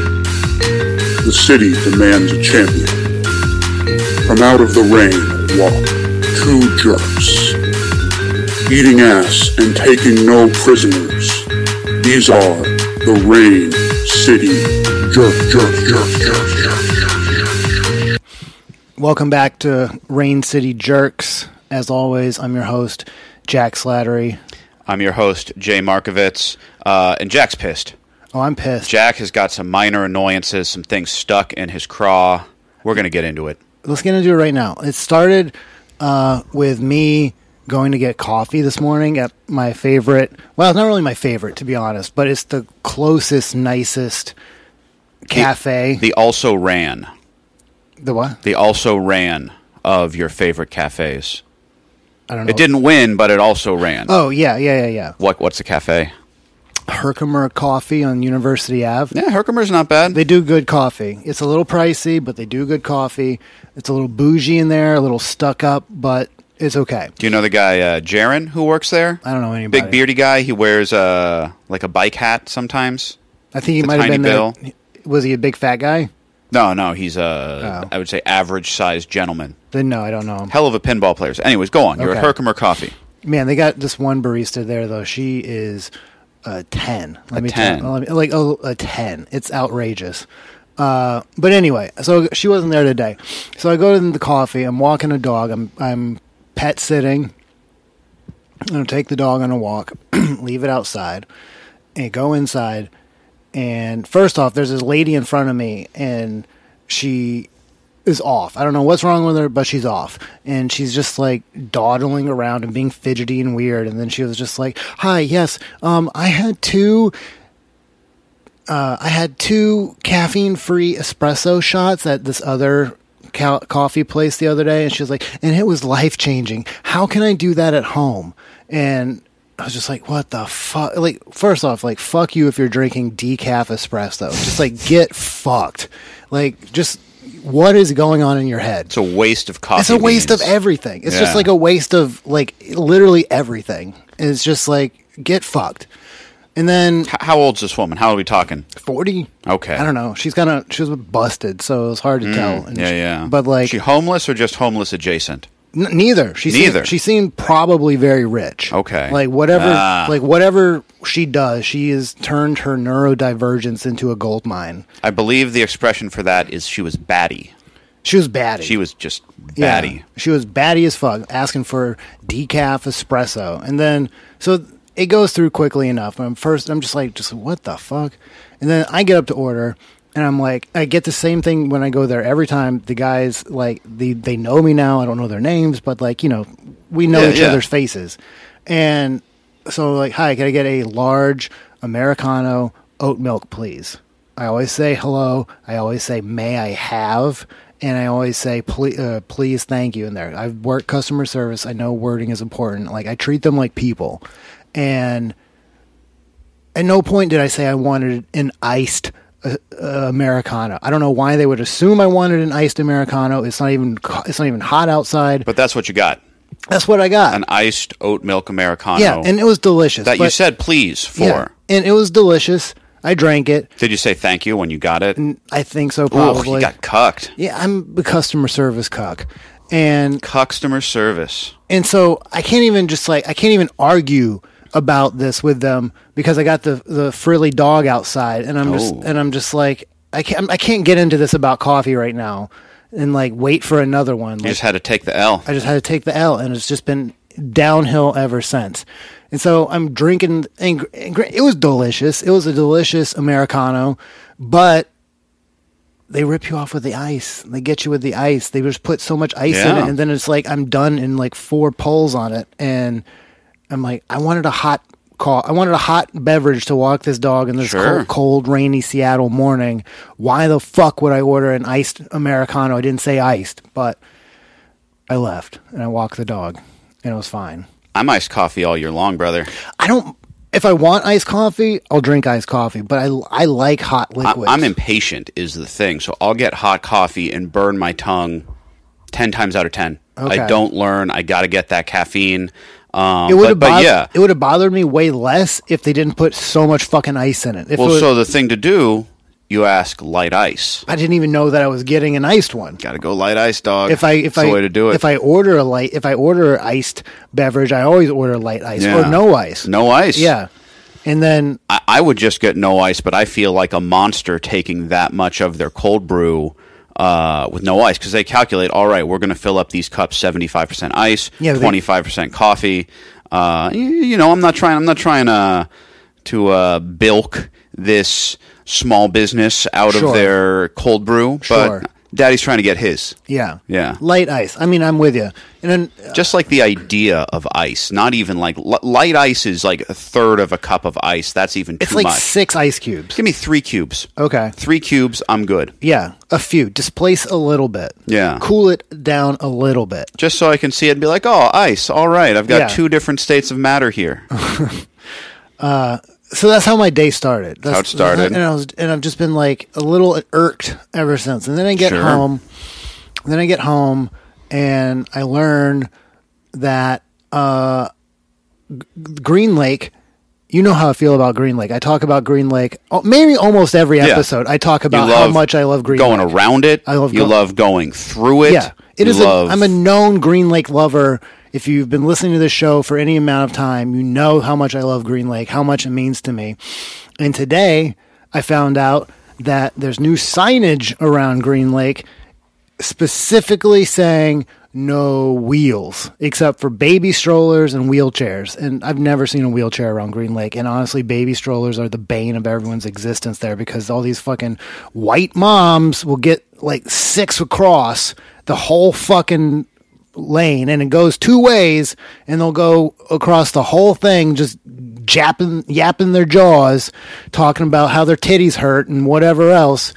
The city demands a champion. From out of the rain walk two jerks. Eating ass and taking no prisoners. These are the Rain City Jerk Jerk Jerk Jerk Jerk. jerk. Welcome back to Rain City Jerks. As always, I'm your host, Jack Slattery. I'm your host, Jay Markovitz, uh, and Jack's pissed. Oh, I'm pissed. Jack has got some minor annoyances, some things stuck in his craw. We're going to get into it. Let's get into it right now. It started uh, with me going to get coffee this morning at my favorite. Well, it's not really my favorite, to be honest, but it's the closest, nicest cafe. The also ran. the what? The also ran of your favorite cafes. I don't know. It didn't win, but it also ran. Oh yeah, yeah, yeah, What what's a cafe? yeah. Herkimer Coffee on University Ave. Yeah, Herkimer's not bad. They do good coffee. It's a little pricey, but they do good coffee. It's a little bougie in there, a little stuck up, but it's okay. do you know the guy uh, Jaron who works there? I don't know anybody. Big beardy guy. He wears uh, like a bike hat sometimes. I think he the might have tiny been bill. there. Was he a big fat guy? No, no, he's a Oh. I would say average sized gentleman. Then no, I don't know him. Hell of a pinball player. Anyways, go on. You're at Okay. Herkimer Coffee. Man, they got this one barista there though. She is a ten. Let A me tell- 10. let me- like a, a ten. It's outrageous. Uh, but anyway, so she wasn't there today. So I go to the coffee. I'm walking a dog. I'm I'm pet sitting. I'm gonna take the dog on a walk, leave it outside, and go inside. And first off, there's this lady in front of me, and she is off. I don't know what's wrong with her, but she's off. And she's just like dawdling around and being fidgety and weird. And then she was just like, Hi, yes, um, I had two. Uh, I had two caffeine free espresso shots at this other co- coffee place the other day. And she was like, And it was life changing. How can I do that at home? And I was just like, What the fuck? Like, first off, like, fuck you if you're drinking decaf espresso. Just like, get fucked. Like, just what is going on in your head? It's a waste of coffee. it's a waste beans. of everything. It's Yeah. just like a waste of like literally everything. It's just like get fucked. And then H- How old's this woman? How are we talking? forty. Okay. I don't know. She's kind of she was busted, so it was hard to tell. And Mm, Yeah, she- yeah. But like she homeless or just homeless adjacent? n- neither. She Neither. Seemed, she seemed probably very rich. Okay. Like whatever. Ah. Like whatever she does, she has turned her neurodivergence into a gold mine. I believe the expression for that is she was batty. She was batty. She was just Yeah. batty. She was batty as fuck, asking for decaf espresso, and then so it goes through quickly enough. I'm first, I'm just like, just what the fuck, and then I get up to order, and I'm like, I get the same thing when I go there every time. The guys like the they know me now. I don't know their names, but like you know, we know Yeah, each yeah. other's faces, and so like, hi, can I get a large americano oat milk, please? I always say hello. I always say, may I have? And I always say, please, uh, please, thank you in there. I've worked customer service. I know wording is important. Like, I treat them like people. And at no point did I say I wanted an iced uh, uh, Americano. I don't know why they would assume I wanted an iced Americano. It's not even, co- it's not even hot outside. But that's what you got. That's what I got. An iced oat milk Americano. yeah. And it was delicious. that you but- said please for. yeah, and it was delicious. I drank it. Did you say thank you when you got it? I think so, Ooh, probably. you got cucked. yeah, I'm a customer service cuck, and Customer service. and so I can't even just like I can't even argue about this with them because I got the the frilly dog outside, and I'm just Oh. and I'm just like I can't I can't get into this about coffee right now, and like wait for another one. You Like, just had to take the L. I just had to take the L, and it's just been downhill ever since. And so I'm drinking, and, gr- and gr- it was delicious. It was a delicious Americano, but they rip you off with the ice. They get you with the ice. They just put so much ice in Yeah. it, and then it's like I'm done in like four pulls on it, and I'm like, I wanted a hot call. I wanted a hot beverage to walk this dog in this Sure. cold, cold, rainy Seattle morning. Why the fuck would I order an iced Americano? I didn't say iced, but I left and I walked the dog and it was fine. I'm iced coffee all year long, brother. I don't if I want iced coffee, I'll drink iced coffee, but I I like hot I, liquids. I'm impatient, is the thing. So I'll get hot coffee and burn my tongue 10 times out of 10. Okay. I don't learn. I got to get that caffeine. Um, It would but, have but bothered, yeah. it would have bothered me way less if they didn't put so much fucking ice in it. If it Well, was- so the thing to do, you ask light ice. I didn't even know that I was getting an iced one. Got to go light ice, dog. If I if It's I the way to do it. if I order a light if I order a iced beverage, I always order light ice Yeah. or no ice. no ice. Yeah. And then I, I would just get no ice, but I feel like a monster taking that much of their cold brew uh, with no ice because they calculate. All right, we're going to fill up these cups seventy five percent ice, Yeah, but they- twenty five percent coffee. Uh, you, you know, I'm not trying. I'm not trying to to uh, bilk this small business out Sure. of their cold brew, Sure. but Daddy's trying to get his. yeah. Yeah. Light ice. I mean, I'm with you. And then Just like the idea of ice, not even like li- light ice is like a third of a cup of ice. That's even it's too like much. six ice cubes. Give me three cubes. Okay. Three cubes, I'm good. Yeah, a few. Displace a little bit. Yeah. Cool it down a little bit. Just so I can see it and be like, oh, ice. All right. I've got Yeah. Uh, two different states of matter here. So that's how my day started. That's How it started. And I was and I've just been like a little irked ever since. And then I get Sure. home. Then I get home and I learn that uh G- Green Lake you know how I feel about Green Lake. I talk about Green Lake oh, maybe almost every episode. I talk You about love how much I love Green Going Lake. around it. I love You go- love going through it. Yeah, it You is. love- A, I'm a known Green Lake lover. If you've been listening to this show for any amount of time, you know how much I love Green Lake, how much it means to me. And today, I found out that there's new signage around Green Lake, specifically saying no wheels except for baby strollers and wheelchairs and i've never seen a wheelchair around green lake and honestly baby strollers are the bane of everyone's existence there because all these fucking white moms will get like six across the whole fucking lane and it goes two ways and they'll go across the whole thing just japping yapping their jaws talking about how their titties hurt and whatever else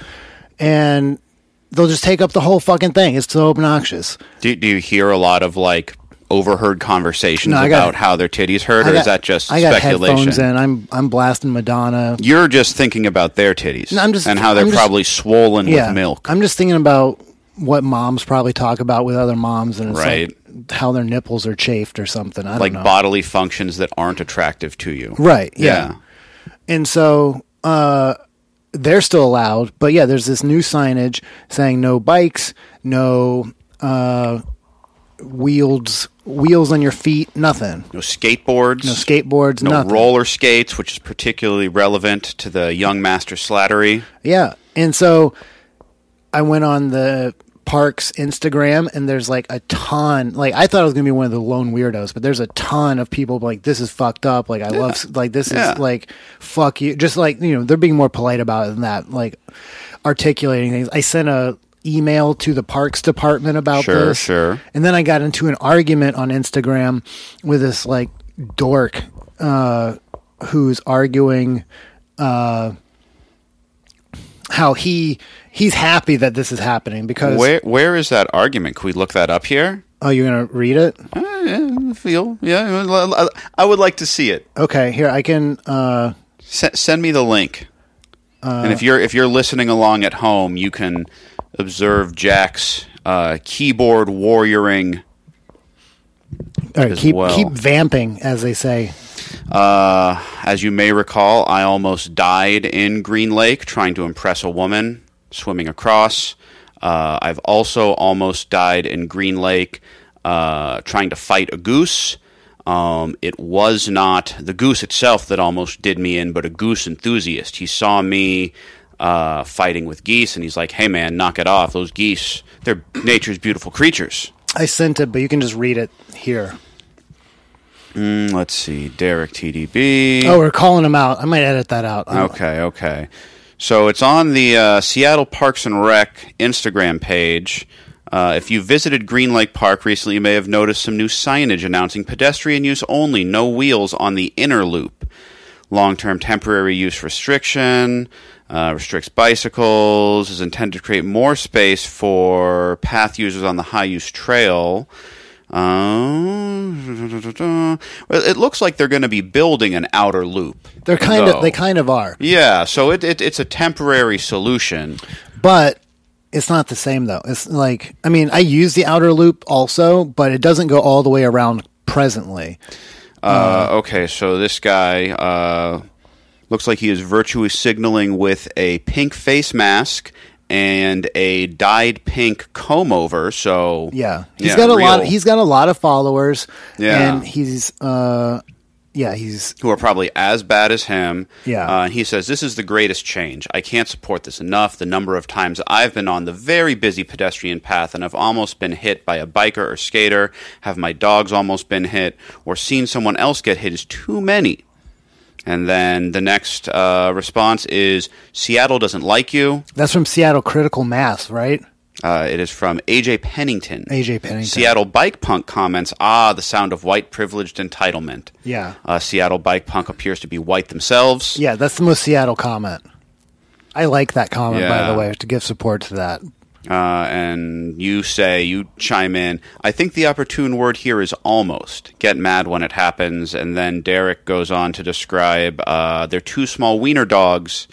and they'll just take up the whole fucking thing it's so obnoxious do, do you hear a lot of like overheard conversations No, I got- about how their titties hurt, I or got- is that just I got headphones speculation? in. I'm I'm blasting Madonna. You're just thinking about their titties No, I'm just- and how they're I'm just- probably swollen Yeah, with milk. I'm just thinking about what moms probably talk about with other moms, and it's like how their nipples are chafed or something. I like don't know. bodily functions that aren't attractive to you. right? yeah. And so uh, they're still allowed, but yeah, there's this new signage saying no bikes, no uh, wheels, wheels on your feet, nothing, No skateboards. no skateboards, No nothing. roller skates, which is particularly relevant to the young master Slattery. Yeah. And so I went on the park's Instagram and there's like a ton like I thought I was going to be one of the lone weirdos, but there's a ton of people like this is fucked up. Like I love like this Yeah. is like fuck you. Just like, you know, they're being more polite about it than that. Like articulating things. I sent a email to the parks department about Sure, this. sure. And then I got into an argument on Instagram with this like dork uh who's arguing uh, how he he's happy that this is happening because Where where is that argument? Can we look that up here? oh you're gonna read it Uh, yeah, feel yeah. l- l- I would like to see it. okay here i can uh S- send me the link. and if you're if you're listening along at home, you can observe Jack's uh, keyboard warrioring. all right, As keep well. keep vamping as they say Uh, as you may recall, I almost died in Green Lake trying to impress a woman swimming across. Uh, I've also almost died in Green Lake uh, trying to fight a goose. Um, it was not the goose itself that almost did me in, but a goose enthusiast. He saw me uh, fighting with geese, and he's like, "Hey, man, knock it off! Those geese, they're nature's beautiful creatures." i sent it but you can just read it here Mm, let's see, Derek TDB. oh we're calling him out i might edit that out I'm- Okay, okay. So it's on the uh, Seattle Parks and Rec Instagram page. Uh, if you visited Green Lake Park recently, you may have noticed some new signage announcing pedestrian use only, no wheels on the inner loop. Long term temporary use restriction uh, restricts bicycles, is intended to create more space for path users on the high use trail. Uh, it looks like they're going to be building an outer loop. they're kind though. of they kind of are Yeah, so it, it it's a temporary solution. but it's not the same though it's like i mean i use the outer loop also but it doesn't go all the way around presently. Uh, Mm. okay, so this guy uh, looks like he is virtue signaling with a pink face mask and a dyed pink comb over. So Yeah, he's got a lot. real- He's got a lot of followers. Yeah. and he's uh, yeah, he's who are probably as bad as him. Yeah. Uh, and he says, This is the greatest change. I can't support this enough. The number of times I've been on the very busy pedestrian path and have almost been hit by a biker or skater, have my dogs almost been hit, or seen someone else get hit is too many. And then the next uh, response is Seattle doesn't like you. that's from Seattle Critical Mass, right? Uh, it is from AJ Pennington. AJ Pennington. Seattle Bike Punk comments, ah, the sound of white privileged entitlement. Yeah. Uh, Seattle Bike Punk appears to be white themselves. Yeah, that's the most Seattle comment. I like that comment, by Yeah. the way, to give support to that. Uh, and you say, you chime in, I think the opportune word here is almost. Get mad when it happens. And then Derek goes on to describe uh, their two small wiener dogs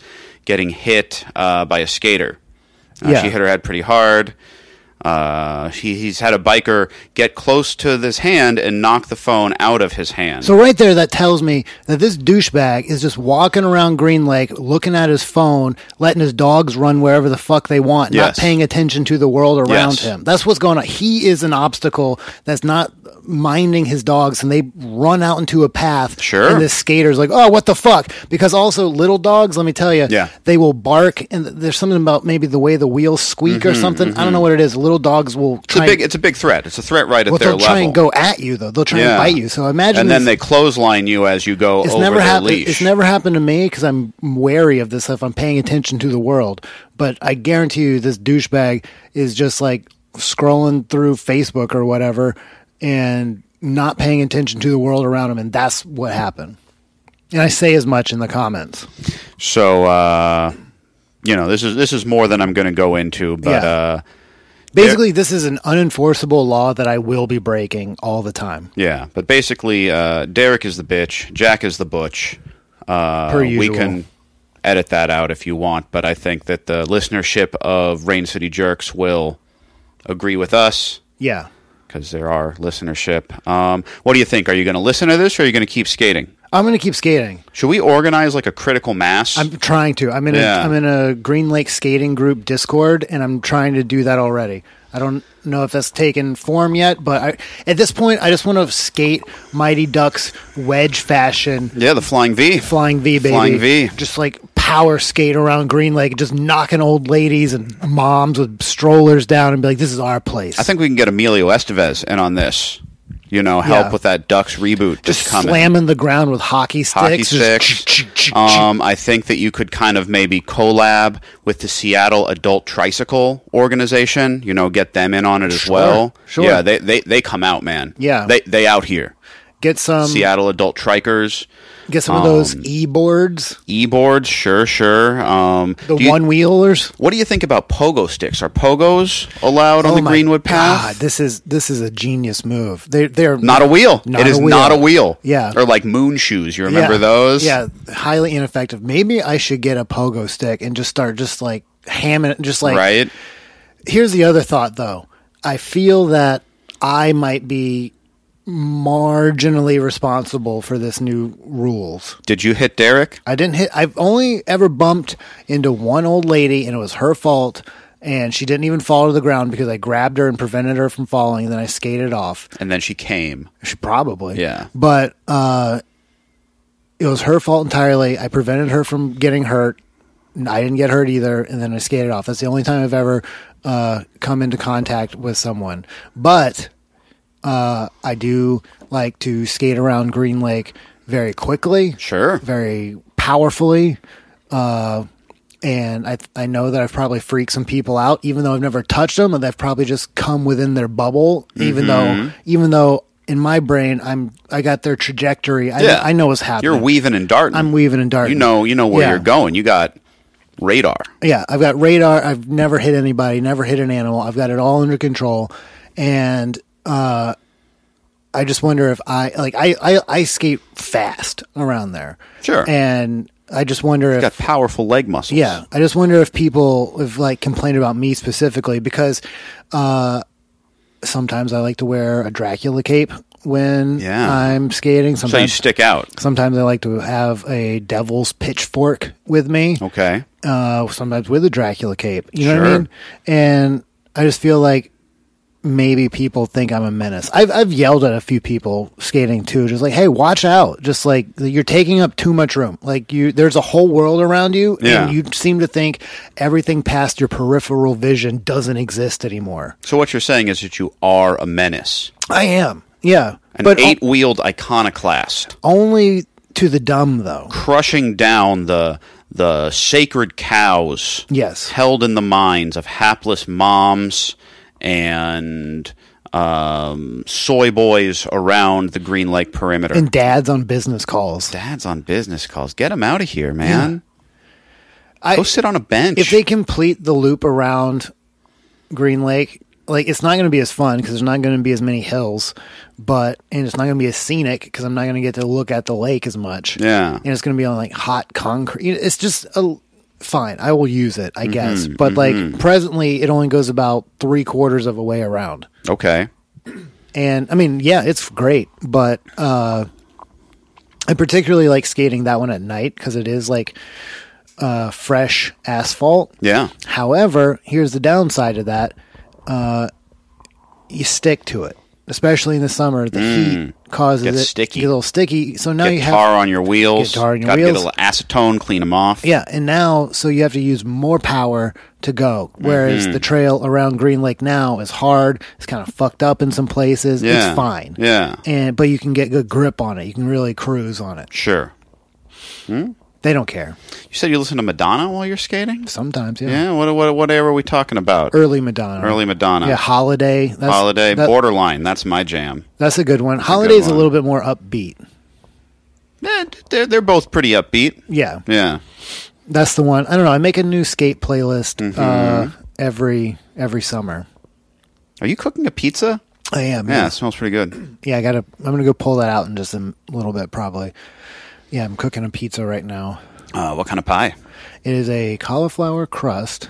getting hit uh, by a skater. Uh, Yeah. She hit her head pretty hard. Uh, he, he's had a biker get close to this hand and knock the phone out of his hand. So right there, that tells me that this douchebag is just walking around Green Lake, looking at his phone, letting his dogs run wherever the fuck they want, not Yes. paying attention to the world around Yes. him. That's what's going on. He is an obstacle that's not minding his dogs, and they run out into a path. Sure. And this skater's like, oh, what the fuck? Because also little dogs, let me tell you, Yeah. they will bark, and there's something about maybe the way the wheels squeak or something. I don't know what it is. Little dogs will Mm-hmm, it's a try. big, and, it's a big threat. It's a threat right at well, their they'll try level. and go at you though. They'll try Yeah. and bite you. So imagine and then this- they clothesline you as you go it's over never their happened. leash. It's never happened to me because I'm wary of this if I'm paying attention to the world. But I guarantee you, this douchebag is just like scrolling through Facebook or whatever and not paying attention to the world around him, and that's what happened. And I say as much in the comments. So uh, you know, this is this is more than I'm going to go into, but Yeah. uh, Basically, this is an unenforceable law that I will be breaking all the time. yeah. But basically, uh, Derek is the bitch, Jack is the butch. Uh, Per We usual. can edit that out if you want, but I think that the listenership of Rain City Jerks will agree with us Yeah. because there are listenership. Um, what do you think? Are you going to listen to this, or are you going to keep skating? I'm going to keep skating. Should we organize like a critical mass? I'm trying to. I'm in a Yeah. am in a Green Lake skating group Discord, and I'm trying to do that already. I don't know if that's taken form yet, but I, at this point, I just want to skate Mighty Ducks wedge fashion, yeah, the Flying V. flying V baby, Flying V. just like power skate around Green Lake, just knocking old ladies and moms with strollers down, and be like, "This is our place." I think we can get Emilio Estevez in on this. You know, help Yeah. with that Ducks reboot just just coming. slamming the ground with hockey sticks. Hockey just sticks. Um, I think that you could kind of maybe collab with the Seattle Adult Tricycle Organization. You know, get them in on it as Sure, well. sure. Yeah, they, they they come out, man. Yeah. Um, they they out here. Get some Seattle Adult Trikers, get some of those um, e boards, e boards, sure, sure. Um, the do you- one wheelers. What do you think about pogo sticks? Are pogos allowed on Oh the my Greenwood Path? God, this is this is a genius move. They they're Not a wheel. Not it a is wheel. not a wheel. Yeah. Or like moon shoes. You remember yeah, those? Yeah, highly ineffective. Maybe I should get a pogo stick and just start just like hamming it. Just like Right? here's the other thought though. I feel that I might be marginally responsible for this new rules. Did you hit Derek? I didn't hit. I've only ever bumped into one old lady, and it was her fault. And she didn't even fall to the ground because I grabbed her and prevented her from falling. And then I skated off. And then she came. She probably. Yeah. But uh, it was her fault entirely. I prevented her from getting hurt. and I didn't get hurt either, and then I skated off. That's the only time I've ever uh, come into contact with someone. But uh, I do like to skate around Green Lake very quickly, Sure. very powerfully. Uh, and I, I know that I've probably freaked some people out, even though I've never touched them, and they've probably just come within their bubble, even though, Mm-hmm. even though in my brain, I'm, I got their trajectory. I, I know what's happening. You're weaving and darting. I'm weaving and darting. You know, you know where Yeah. you're going. You got radar. Yeah, I've got radar. I've never hit anybody, never hit an animal. I've got it all under control, and uh, I just wonder if I like I, I I skate fast around there. Sure. and I just wonder if You got powerful leg muscles. yeah, I just wonder if people have like complained about me specifically because uh, sometimes I like to wear a Dracula cape when Yeah. I'm skating. Sometimes, So you stick out. sometimes I like to have a devil's pitchfork with me. Okay. uh, sometimes with a Dracula cape. You know what I Sure. mean? And I just feel like maybe people think I'm a menace. I've I've yelled at a few people skating too, just like, "Hey, watch out! Just like you're taking up too much room. Like you, there's a whole world around you, Yeah. and you seem to think everything past your peripheral vision doesn't exist anymore." So what you're saying is that you are a menace, I am, yeah, an but o- eight-wheeled iconoclast, only to the dumb though. crushing down the the sacred cows Yes. held in the minds of hapless moms and um, soy boys around the Green Lake perimeter. And dads on business calls. Dad's on business calls. Get him out of here, man. I- Go sit on a bench. if they complete the loop around Green Lake, like it's not going to be as fun because there's not going to be as many hills, but and it's not going to be as scenic because I'm not going to get to look at the lake as much. Yeah. and it's going to be on like hot concrete. You know, It's just a fine. I will use it, I guess. But like presently, it only goes about three quarters of a way around. okay. And I mean, yeah, it's great, but uh, I particularly like skating that one at night because it is like uh, fresh asphalt. Yeah. However, here's the downside of that: uh, you stick to it, especially in the summer. The heat causes Mm. Gets it sticky. get a little sticky. So now you Get have tar on your wheels. Get tar on your Gotta wheels. get a little acetone, clean them off. yeah, and now so you have to use more power to go. Whereas Mm-hmm. the trail around Green Lake now is hard. It's kind of fucked up in some places. Yeah. It's fine. Yeah. And but you can get good grip on it. You can really cruise on it. Sure. They don't care. You said you listen to Madonna while you're skating? Sometimes, yeah. Yeah. What, what, what era are we talking about? Early Madonna. Early Madonna. Er Yeah, holiday. That's, Holiday. that- borderline. That's my jam. That's a good one. Holiday's a one. little bit more upbeat. Eh, they're, they're both pretty upbeat. Yeah. Yeah. That's the one. I don't know. I make a new skate playlist uh, Mm-hmm. every every summer. Are you cooking a pizza? I am. Yeah, Yeah. it smells pretty good. Yeah. I gotta. I'm gonna go pull that out in just a m- little bit, probably. Yeah. I'm cooking a pizza right now. Uh, what kind of pie? It is a cauliflower crust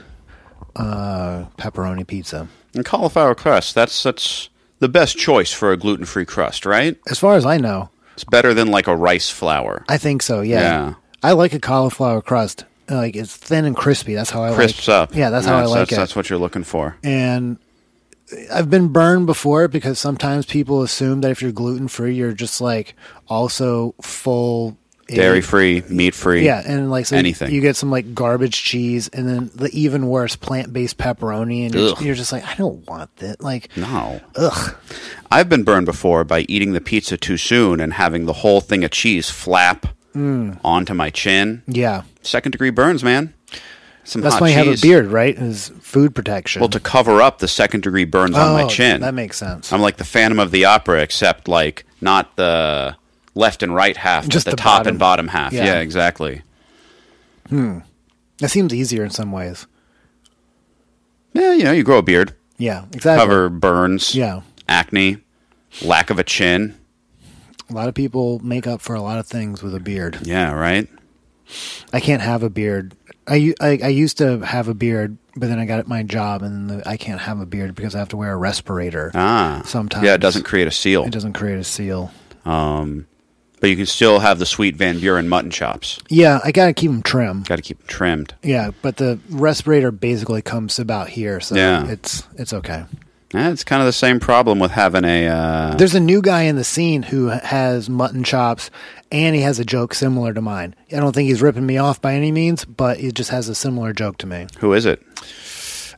uh, pepperoni pizza. And cauliflower crust. That's that's the best choice for a gluten free crust, right? As far as I know, It's better than like a rice flour. I think so. Yeah. Yeah. I like a cauliflower crust. Like it's thin and crispy. That's how I Crisps like. up. Yeah. That's how I that's, like that's, it. That's what you're looking for. and I've been burned before because sometimes people assume that if you're gluten free, you're just like also full in- Dairy free, meat free. Yeah, and like so Anything. you get some like garbage cheese, and then the even worse plant based pepperoni, and you're, Ugh. you're just like, I don't want that. Like, No. ugh, I've been burned before by eating the pizza too soon and having the whole thing of cheese flap Mm. onto my chin. yeah. Second degree burns, man. Some That's hot why you cheese. have a beard, right? Is food protection. Oh, Well, to cover up the second degree burns on my chin. That makes sense. I'm like the Phantom of the Opera, except like not the left and right half, Just just the, the top bottom. and bottom half. Yeah. Yeah. exactly. that seems easier in some ways. Yeah, you know, you grow a beard, Yeah, exactly. cover burns, Yeah. acne, lack of a chin. A lot of people make up for a lot of things with a beard. Yeah, right. I can't have a beard. I, u- I- I used to have a beard, but then I got my job, and the, I can't have a beard because I have to wear a respirator. Ah, Sometimes. yeah, it doesn't create a seal, It doesn't create a seal. but you can still have the sweet Van Buren mutton chops. Yeah, I gotta keep them trim. Got to keep them trimmed. Yeah, but the respirator basically comes about here, so Yeah. it's it's okay. Yeah, it's kind of the same problem with having a. Uh, There's a new guy in the scene who has mutton chops, and he has a joke similar to mine. I don't think he's ripping me off by any means, but he just has a similar joke to me. who is it?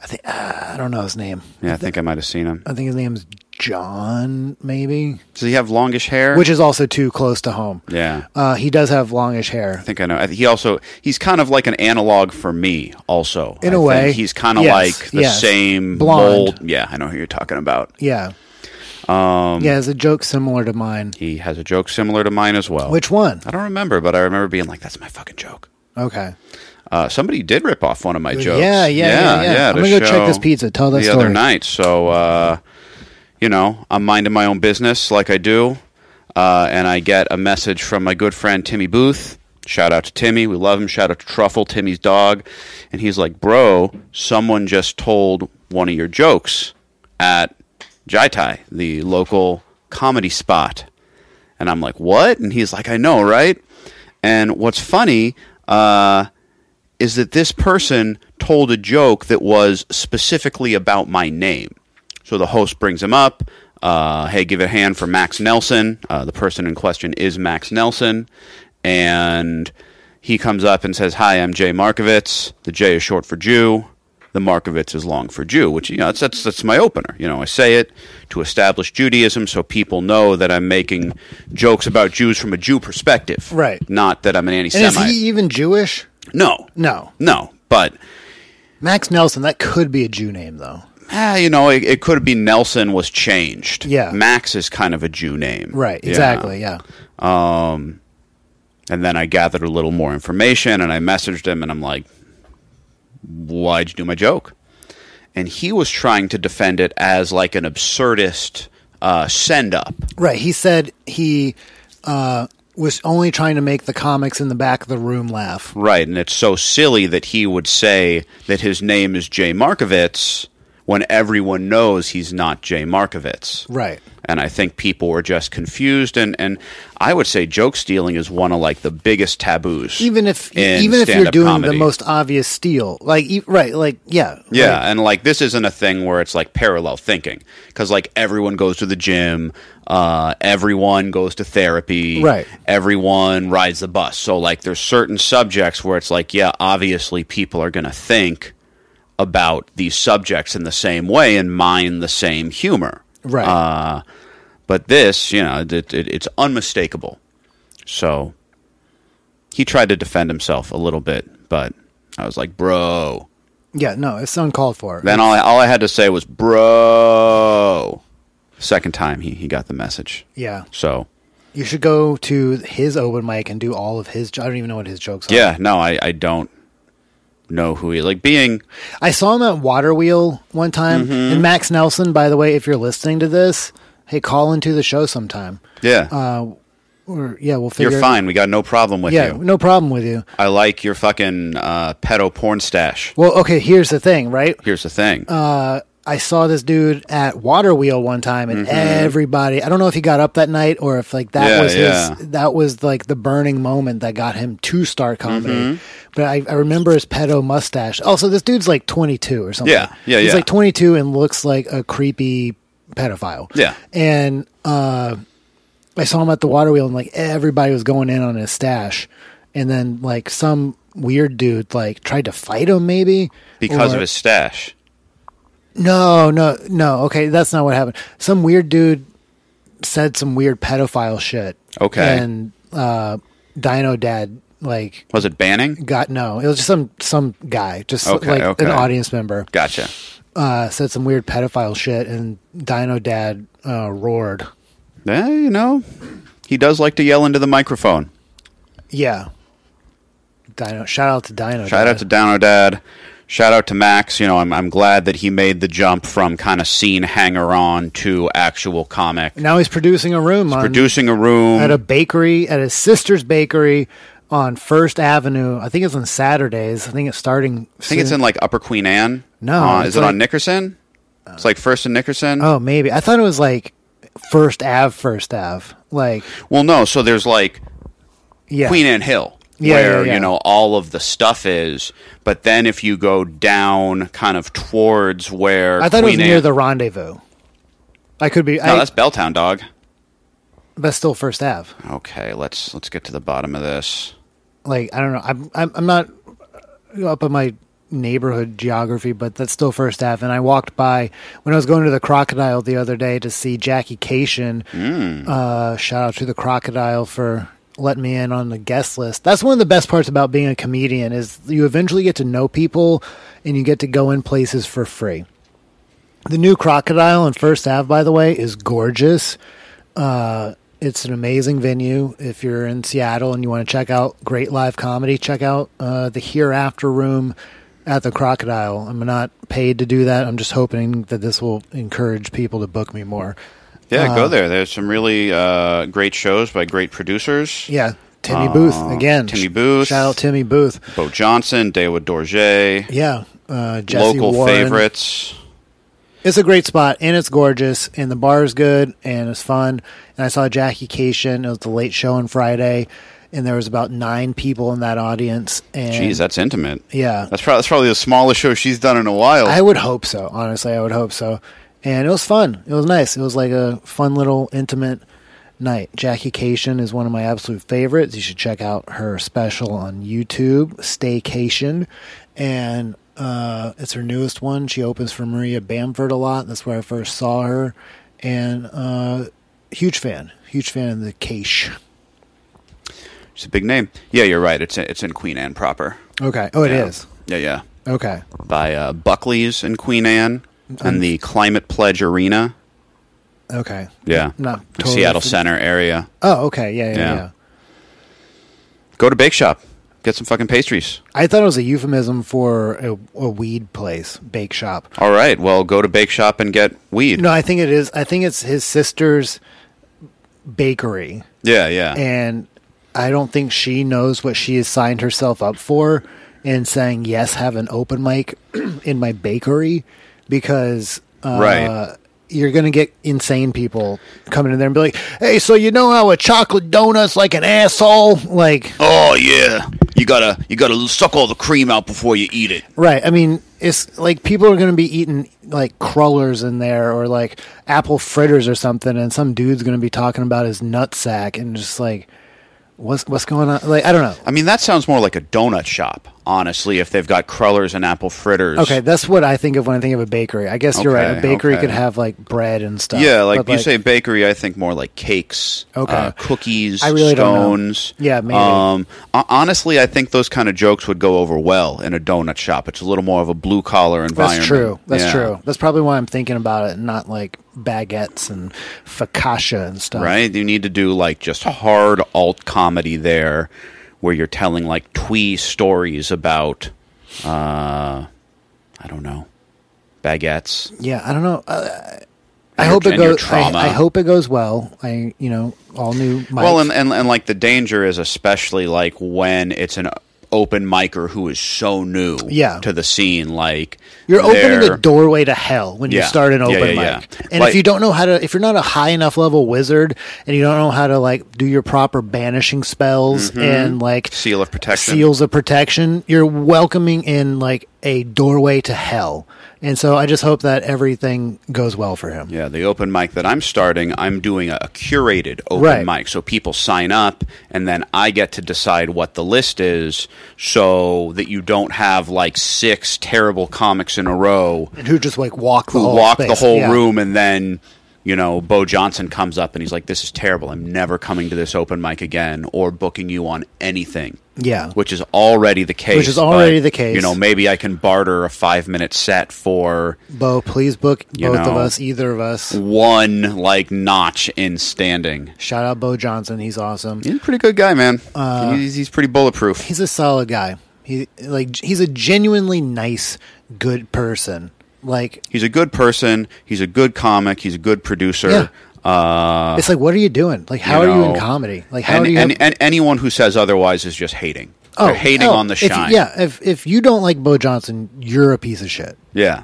I think ah, I don't know his name. Yeah, I think I might have seen him. I think his name's John, maybe. Does he have longish hair? which is also too close to home. yeah. Uh, he does have longish hair. I think I know. I th- He also he's kind of like an analog for me. Also, In a a way, he's kind of yes, like the yes. same Blonde. mold. Yeah, I know who you're talking about. Yeah. Um, yeah, it's a joke similar to mine. He has a joke similar to mine as well. Which one? I don't remember, but I remember being like, "That's my fucking joke." Okay. Uh, somebody did rip off one of my jokes. yeah, yeah, yeah. I'm to gonna go show check this pizza. Tell that the story. other night. So, uh, you know, I'm minding my own business like I do, uh, and I get a message from my good friend Timmy Booth. Shout out to Timmy. We love him. Shout out to Truffle, Timmy's dog. And he's like, "Bro, someone just told one of your jokes at Jai Tai, the local comedy spot. And I'm like, what? And he's like, I know, right? And what's funny uh, is that this person told a joke that was specifically about my name. So the host brings him up. Uh, hey, give it a hand for Max Nelson. Uh, the person in question is Max Nelson. And he comes up and says, Hi, I'm Jay Markovitz. The J is short for Jew. The Markovitz is long for Jew, which, you know, that's, that's, that's my opener. You know, I say it to establish Judaism so people know that I'm making jokes about Jews from a Jew perspective. Right. Not that I'm an anti And is Semite. he even Jewish? No, No. no. But Max Nelson, that could be a Jew name, though. ah, you know, it, it could be Nelson was changed. Yeah. Max is kind of a Jew name, Right, Yeah. exactly, yeah. And then I gathered a little more information, and I messaged him, and I'm like, "Why'd you do my joke?" And he was trying to defend it as like an absurdist uh, send up. Right, he said he uh, was only trying to make the comics in the back of the room laugh. Right, and it's so silly that he would say that his name is Jay Markovitz when everyone knows he's not Jay Markovitz. Right. and I think people were just confused. And, and I would say joke stealing is one of like the biggest taboos. Even if e-, in even if you're stand-up doing the comedy. most obvious steal, like e- right, like yeah, yeah, right. and like this isn't a thing where it's like parallel thinking because like everyone goes to the gym, uh, everyone goes to therapy, Right. Everyone rides the bus, so like there's certain subjects where it's like, yeah, obviously people are gonna think about these subjects in the same way and mine the same humor, right. Uh, But this, you know, it, it, it's unmistakable. So he tried to defend himself a little bit, but I was like, bro. yeah, no, it's uncalled for. Then all I, all I had to say was, bro. Second time he, he got the message. yeah, So, you should go to his open mic and do all of his. I don't even know what his jokes are. yeah, no, I, I don't know who he like being I saw him at Water Wheel one time. Mm-hmm. And Max Nelson, by the way, if you're listening to this, hey, call into the show sometime. yeah Or yeah, we'll figure. you're fine we got no problem with Uh, Yeah, you no problem with you. i like your fucking uh pedo porn stash Well, okay, here's the thing, right? here's the thing Uh, I saw this dude at Water Wheel one time, and everybody—I don't know if he got up that night or if like that Mm-hmm. Yeah, was yeah. his, that was like the burning moment that got him to star comedy. Mm-hmm. But I, I remember his pedo mustache. Also, this dude's like 22 or something. Yeah, yeah, He's yeah. like 22 and looks like a creepy pedophile. Yeah. and uh, I saw him at the Water Wheel, and like everybody was going in on his stash, and then like some weird dude like tried to fight him maybe because or- of his stash no, no, no. Okay, that's not what happened. Some weird dude said some weird pedophile shit. Okay. And uh, Dino Dad like was it banning got no. It was just some some guy, just Okay, like okay. an audience member, gotcha uh, said some weird pedophile shit, and Dino Dad uh, roared. Yeah, you know, he does like to yell into the microphone. Yeah. Dino. Shout out to Dino. Shout out Dad. to Downer Dad. Shout out to Max. You know, I'm, I'm glad that he made the jump from kind of scene hanger on to actual comic. Now he's producing a room on Producing a room. at Mm-hmm. a bakery at his sister's bakery on First Avenue. I think it's on Saturdays. I think it's starting. I think it's in like Upper Queen Anne. No, Uh, it's is it like- uh, on Nickerson? It's like First and Nickerson. Oh, maybe. I thought it was like First Ave, First Ave. Like, well, no. So there's like yeah. Queen Anne Hill, Yeah, yeah, where yeah. you know all of the stuff is. But then if you go down, kind of towards where I thought it was Queen near Anne- the rendezvous. I could be. No, I, that's Belltown, dog. but still First Ave. Okay, let's let's get to the bottom of this. Like, I don't know. I'm, I'm, I'm not up on my neighborhood geography, but that's still First Ave. And I walked by when I was going to the Crocodile the other day to see Jackie Cation. Uh, shout out to the Crocodile for letting me in on the guest list. That's one of the best parts about being a comedian is you eventually get to know people and you get to go in places for free. The new Crocodile on First Ave, by the way, is gorgeous. Uh, it's an amazing venue. If you're in Seattle and you want to check out great live comedy, check out uh, the Hereafter Room at the Crocodile. I'm not paid to do that. I'm just hoping that this will encourage people to book me more. Yeah, go there. There's some really uh, great shows by great producers. Yeah, Timmy Booth again. Timmy Booth. Shout out Timmy Booth. Bo Johnson, David Dorje, Yeah, uh, Jesse local Warren. favorites. It's a great spot and it's gorgeous and the bar is good and it's fun. And I saw Jackie Cation. It was the late show on Friday, and there was about nine people in that audience. And Jeez, that's intimate. yeah, That's, prob- that's probably the smallest show she's done in a while. I would hope so. Honestly, I would hope so. And it was fun. It was nice. It was like a fun little intimate night. Jackie Cation is one of my absolute favorites. You should check out her special on YouTube, Staycation, and uh, it's her newest one. She opens for Maria Bamford a lot. That's where I first saw her, and uh, huge fan, huge fan of the Cache. She's a big name. Yeah, you're right. It's it's in Queen Anne proper. Okay. Oh, it is. yeah. Yeah, yeah. Okay. By uh, Buckley's in Queen Anne and the Climate Pledge Arena. Okay. Yeah, Not The totally Seattle fam- Center area. Oh, okay. Yeah, yeah, Yeah. yeah, yeah. Go to bake shop. Get some fucking pastries. I thought it was a euphemism for a, a weed place, bake shop. All right. Well, go to bake shop and get weed. No, I think it is. I think it's his sister's bakery, Yeah, yeah. and I don't think she knows what she has signed herself up for in saying yes, have an open mic in my bakery because uh, Right. you're gonna get insane people coming in there and be like, "Hey, so you know how a chocolate donut's like an asshole?" Like, oh yeah. You gotta you gotta suck all the cream out before you eat it. Right. I mean, it's like people are going to be eating like crawlers in there or like apple fritters or something, and some dude's going to be talking about his nutsack and just like, what's what's going on? Like, I don't know. I mean, that sounds more like a donut shop, honestly. If they've got crullers and apple fritters. Okay, that's what I think of when I think of a bakery. I guess you're right. Okay, A bakery okay. could have like bread and stuff. Yeah, like but, you say bakery, I think more like cakes, Okay. uh, cookies, I really don't know. stones. Yeah, maybe. Um, ho- honestly, I think those kind of jokes would go over well in a donut shop. It's a little more of a blue collar environment. That's true. That's Yeah. true. That's probably why I'm thinking about it, and not like baguettes and focaccia and stuff. Right? You need to do like just hard alt comedy there where you're telling like twee stories about, uh, I don't know, baguettes. Yeah, I don't know. Uh, I And hope your- it and your goes. trauma. I, I hope it goes well. I, you know, all new. Mics. Well, and, and and like the danger is especially like when it's an open micer who is so new Yeah. to the scene. Like You're opening they're- the doorway to hell when you Yeah. start an Yeah, open yeah, mic. yeah. And Like- if you don't know how to, if you're not a high enough level wizard, and you don't know how to like do your proper banishing spells and like seal of Mm-hmm. protection. seals of protection, you're welcoming in like a doorway to hell. And so I just hope that everything goes well for him. Yeah, the open mic that I'm starting, I'm doing a, a curated open Right. mic. So people sign up, and then I get to decide what the list is so that you don't have like six terrible comics in a row And who just like walk the who whole walk the Oh, space. whole Yeah. room and then. You know, Bo Johnson comes up and he's like, "This is terrible. I'm never coming to this open mic again, or booking you on anything." Yeah. which is already the case. Which is already but, the case. You know, maybe I can barter a five minute set for Bo, please book You both of know. us, either of us. one like notch in standing. Shout out Bo Johnson. He's awesome. He's a pretty good guy, man. Uh, he's, he's pretty bulletproof. he's a solid guy. He like he's a genuinely nice, good person. Like He's a good person. He's a good comic. He's a good producer. Uh, it's like, what are you doing? Like, how are you know, in comedy? Like, how and, do you? and, have- and anyone who says otherwise is just hating. They're hating oh, on the if- shine. yeah, if if you don't like Bo Johnson, you're a piece of shit. Yeah.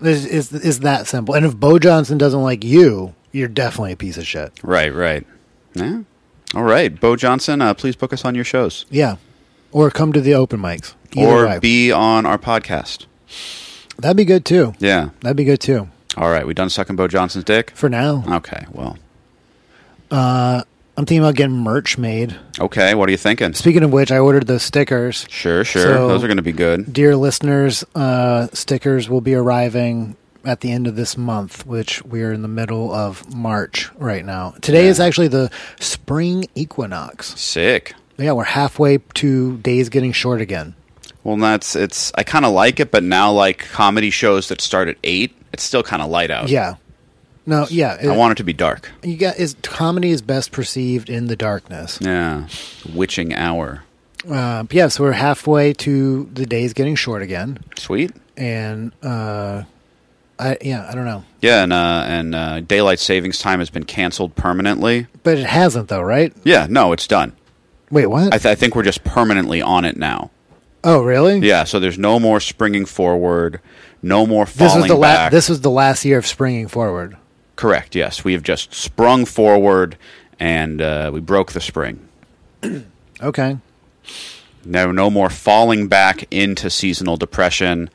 Is is is that simple? And if Bo Johnson doesn't like you, you're definitely a piece of shit. Right, right. Yeah. All right. Bo Johnson, uh, please book us on your shows Yeah, or come to the open mics. Either or way. be on our podcast. that'd be good too. Yeah. That'd be good too. All right. We done sucking Bo Johnson's dick? For now, Okay. Well, I'm thinking about getting merch made. okay. What are you thinking? Speaking of which, I ordered those stickers. Sure, sure. So- Those are going to be good. dear listeners, uh, stickers will be arriving at the end of this month, which we're in the middle of March right now. Today is actually the spring equinox. Sick. Yeah, we're halfway to days getting short again. Well, that's it's. I kind of like it, but now like comedy shows that start at eight, it's still kind of light out. Yeah. No, yeah. It, I want it to be dark. you got is comedy is best perceived in the darkness. Yeah, witching hour. Uh, but yeah, so we're halfway to the days getting short again, Sweet. and uh, I yeah, I don't know, Yeah, and uh, and uh, daylight savings time has been canceled permanently. but it hasn't though, right? Yeah, no, it's done. Wait, what? I, th- I think we're just permanently on it now. Oh, really? Yeah, so there's no more springing forward, no more This falling was the la- back. this was the last year of springing forward. Correct. Yes, we have just sprung forward and uh, we broke the spring. Okay. No, no more falling back into seasonal depression.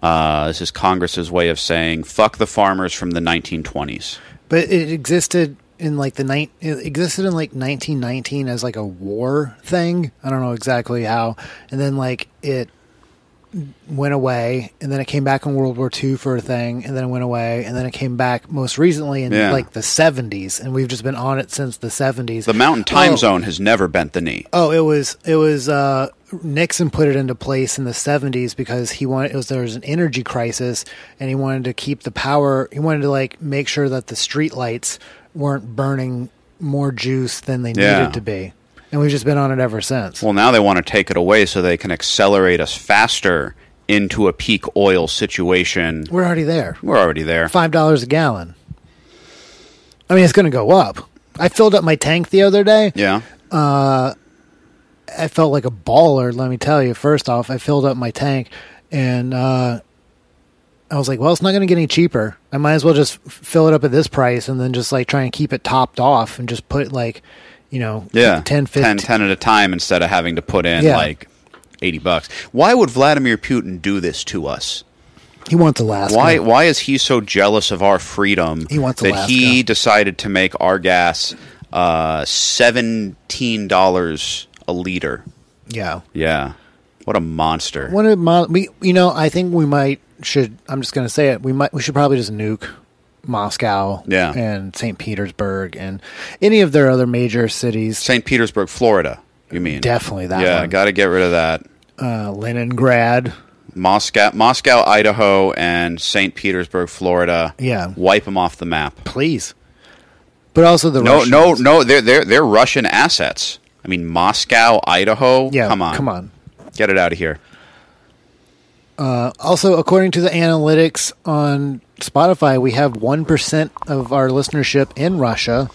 Uh, this is Congress's way of saying "fuck the farmers" from the 1920s. But it existed in like the night. It existed in like 1919 as like a war thing. I don't know exactly how. And then like it went away, and then it came back in World War II for a thing, and then it went away, and then it came back most recently in Yeah. like the 70s, and we've just been on it since the 70s. The Mountain Time Oh. Zone has never bent the knee. Oh, it was it was uh, Nixon put it into place in the '70s because he wanted it was there was an energy crisis and he wanted to keep the power. He wanted to like make sure that the streetlights weren't burning more juice than they Yeah. needed to be, and we've just been on it ever since. Well, now they want to take it away so they can accelerate us faster into a peak oil situation. We're already there. We're already there. Five dollars a gallon. I mean, it's going to go up. I filled up my tank the other day. Yeah. I felt like a baller. Let me tell you. First off, I filled up my tank, and uh, I was like, "Well, it's not going to get any cheaper. I might as well just f- fill it up at this price, and then just like try and keep it topped off, and just put like, you know, Yeah. 10, 15, 10, 10 at a time instead of having to put in Yeah. like 80 bucks. Why would Vladimir Putin do this to us? He wants Alaska. Why why is he so jealous of our freedom He wants that he Alaska. decided to make our gas uh, $17 a liter? Yeah. Yeah. What a monster. One of Mo- we, you know, I think we might should. I'm just going to say it. We might we should probably just nuke Moscow, Yeah. and Saint Petersburg, and any of their other major cities. St. Petersburg, Florida, you mean? Definitely that Yeah, one. got to get rid of that. Uh, Leningrad. Moscow, Moscow, Idaho, and St. Petersburg, Florida. Yeah. wipe them off the map. please. But also the No, Russians. no, no. They're they're they're Russian assets. I mean, Moscow, Idaho. Yeah, come on, come on. get it out of here. Also, according to the analytics on Spotify, we have one percent of our listenership in Russia.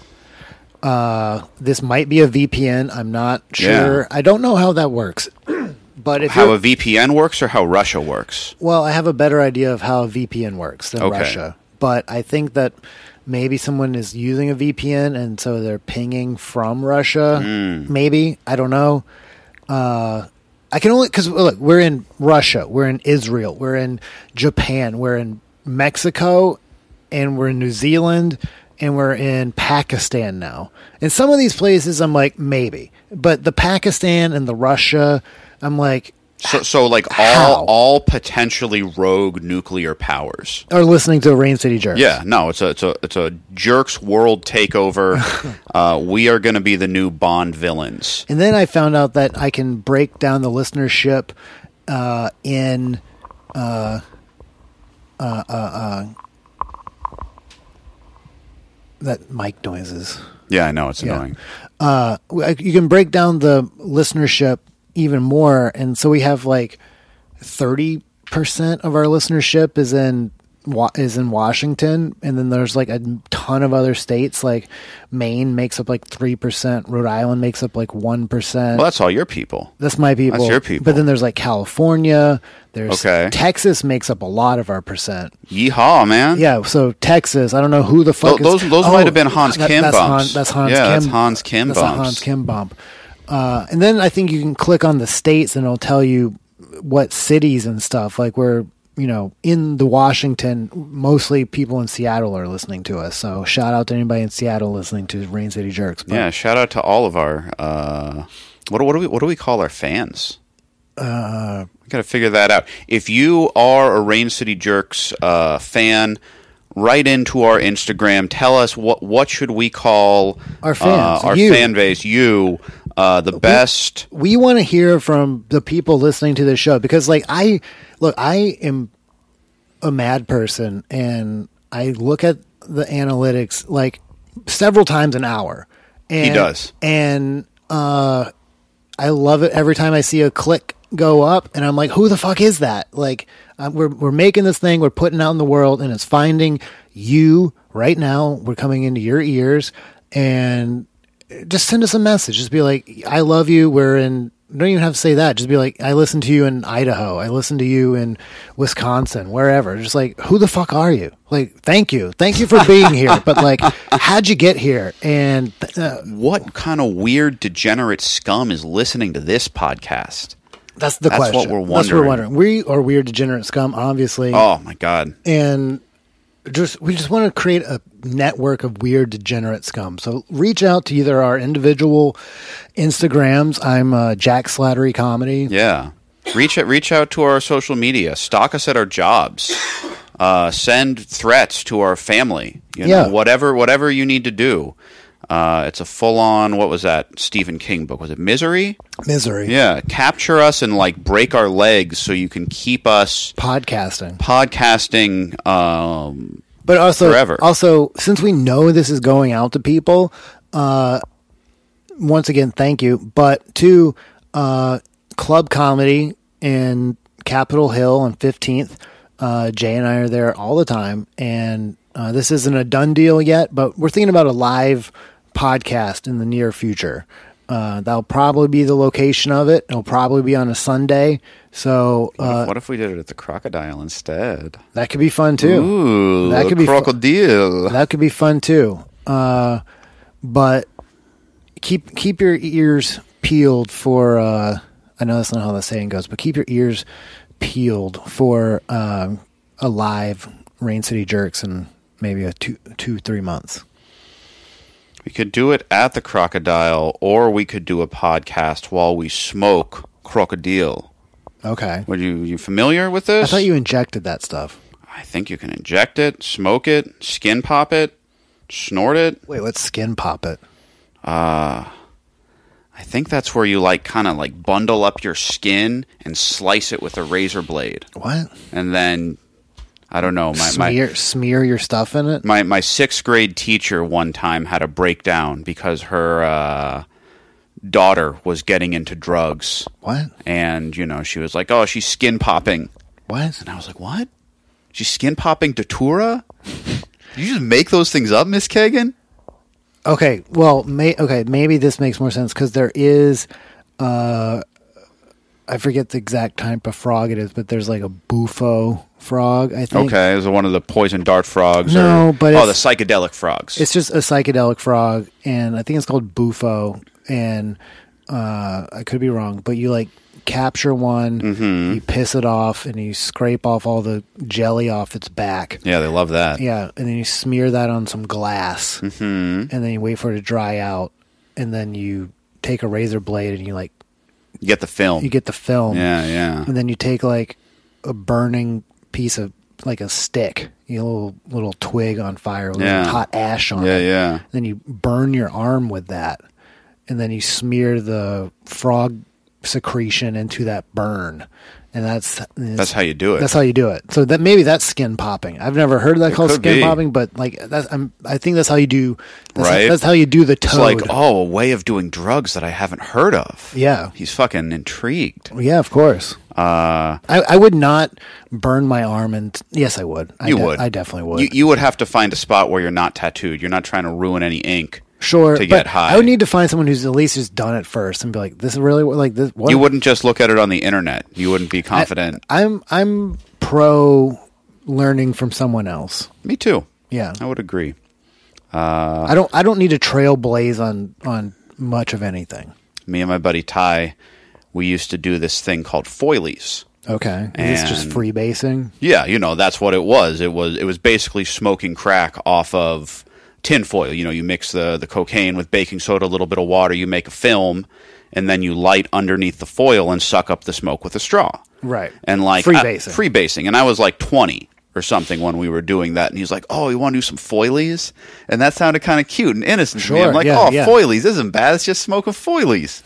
Uh, this might be a VPN. I'm not Yeah. sure. I don't know how that works. but if How you're- a VPN works or how Russia works. well, I have a better idea of how a VPN works than Okay. Russia. But I think that maybe someone is using a VPN and so they're pinging from Russia. Maybe I don't know. Uh, I can only because look, we're in Russia, we're in Israel, we're in Japan, we're in Mexico, and we're in New Zealand, and we're in Pakistan now. And some of these places, I'm like maybe, but the Pakistan and the Russia, I'm like So, so like How? all all potentially rogue nuclear powers. are listening to Rain City Jerks. Yeah, no, it's a it's a it's a jerks world takeover. uh, we are going to be the new Bond villains. And then I found out that I can break down the listenership uh, in uh, uh, uh, uh, uh, that mic noises. Yeah, I know it's annoying. Uh, I- you can break down the listenership even more, and so we have like thirty percent of our listenership is in Wa- is in Washington, and then there's like a ton of other states. Like Maine makes up like three percent, Rhode Island makes up like one percent. Well, that's all your people. That's my people. your people. But then there's like California. There's Okay. Texas makes up a lot of our percent. Yeehaw, man. Yeah. So Texas, I don't know who the fuck. Tho- is, Oh, those- those might have been Hans Kim that's bumps. Hans, that's Hans. Yeah, Kim, that's Hans Kim That's bumps. a Hans Kim bump. Uh, and then I think you can click on the states, and it'll tell you what cities and stuff. Like we're you know in the Washington, mostly people in Seattle are listening to us. So shout out to anybody in Seattle listening to Rain City Jerks. But Yeah, shout out to all of our uh, what do- what do we what do we call our fans? Uh, we got to figure that out. If you are a Rain City Jerks uh, fan, write into our Instagram. Tell us what what should we call Our fans, uh, our you. fan base, you, uh, the best. we want to hear from the people listening to this show because like i look i am a mad person and i look at the analytics like several times an hour and does. and uh i love it every time i see a click go up and i'm like who the fuck is that like um, we're, we're making this thing we're putting out in the world and it's finding you right now we're coming into your ears and just send us a message. Just be like, I love you. We're in don't even have to say that. Just be like, I listened to you in Idaho. I listened to you in Wisconsin, wherever. Just like, who the fuck are you? Like, thank you, thank you for being here. But like, how'd you get here? And uh, What kind of weird degenerate scum is listening to this podcast? that's the That's what question. we're That's what we're wondering. wondering. We are weird degenerate scum, obviously. Oh my god. and just we just want to create a network of weird degenerate scum. So reach out to either our individual Instagrams. I'm uh, Jack Slattery Comedy. Yeah. Reach out, reach out to our social media. Stalk us at our jobs. Uh, send threats to our family. You know, Yeah. whatever whatever you need to do. Uh, it's a full on. What was that Stephen King book? Was it Misery? Misery Yeah. Capture us and like break our legs so you can keep us podcasting, podcasting. Um, but also Forever. also since we know this is going out to people, uh, once again thank you. But to uh, club comedy in Capitol Hill on Fifteenth, uh, Jay and I are there all the time, and uh, this isn't a done deal yet, but we're thinking about a live podcast in the near future. Uh, that'll probably be the location of it. It'll probably be on a Sunday, so uh, what if we did it at the crocodile instead? that could be fun too. Ooh, that could be fu- crocodile. that could be fun too. Uh, but keep keep your ears peeled for. Uh, I know that's not how the saying goes, but keep your ears peeled for um, a live Rain City Jerks in maybe a two two three months. We could do it at the crocodile, or we could do a podcast while we smoke crocodile. Okay, Were you you familiar with this? I thought you injected that stuff. I think you can inject it, smoke it, skin pop it, snort it. Wait, let's skin pop it. I think that's where you like kind of like bundle up your skin and slice it with a razor blade, What? and then I don't know. My my smear smear your stuff in it. my, my sixth grade teacher one time had a breakdown because her uh, daughter was getting into drugs. What? And, you know, she was like, oh, she's skin popping. What? And I was like, what? She's skin popping Datura? You just make those things up, Miss Kagan? Okay, well, may, okay, maybe this makes more sense because there is, uh, I forget the exact type of frog it is, but there's like a bufo frog. I think Okay, it was one of the poison dart frogs. No, or, but oh, the it's- psychedelic frogs. it's just a psychedelic frog, and I think it's called bufo. And uh, I could be wrong, but you like capture one, you piss it off, and you scrape off all the jelly off its back. yeah, they love that. Yeah, and then you smear that on some glass, Mm-hmm. and then you wait for it to dry out, and then you take a razor blade and you like You get the film. you get the film yeah, yeah. and then you take like a burning piece of like a stick you know, little little twig on fire with Yeah. hot ash on Yeah, it yeah. then you burn your arm with that and then you smear the frog secretion into that burn and that's That's how you do it. that's how you do it so that maybe that's skin popping i've never heard of that called could skin be. popping but like that's i'm i think that's how you do that's Right? how, that's how you do the it's toad like, oh, a way of doing drugs that I haven't heard of. Yeah. He's fucking intrigued. Yeah, of course. Uh, I, I would not burn my arm, and yes, I would. I You de- would. I definitely would. You, you would have to find a spot where you're not tattooed. You're not trying to ruin any ink. sure, to but get high. I would need to find someone who's at least just done it first and be like, "This is really what- like this." What? You wouldn't just look at it on the internet. You wouldn't be confident. I'm I'm pro learning from someone else. Me too. Yeah, I would agree. I don't I don't need to trailblaze on on much of anything. Me and my buddy Ty, we used to do this thing called foilies. Okay, is this just And- freebasing? Yeah, you know, that's what it was. It was it was basically smoking crack off of tinfoil. You know, you mix the, the cocaine with baking soda, a little bit of water, you make a film, and then you light underneath the foil and suck up the smoke with a straw. Right. And like I- freebasing. freebasing. And I was like twenty or something when we were doing that. And he's like, Oh, you want to do some foilies? And that sounded kind of cute and innocent to me. Sure, I'm like, yeah, Oh, yeah. foilies this isn't bad, it's just smoking foilies.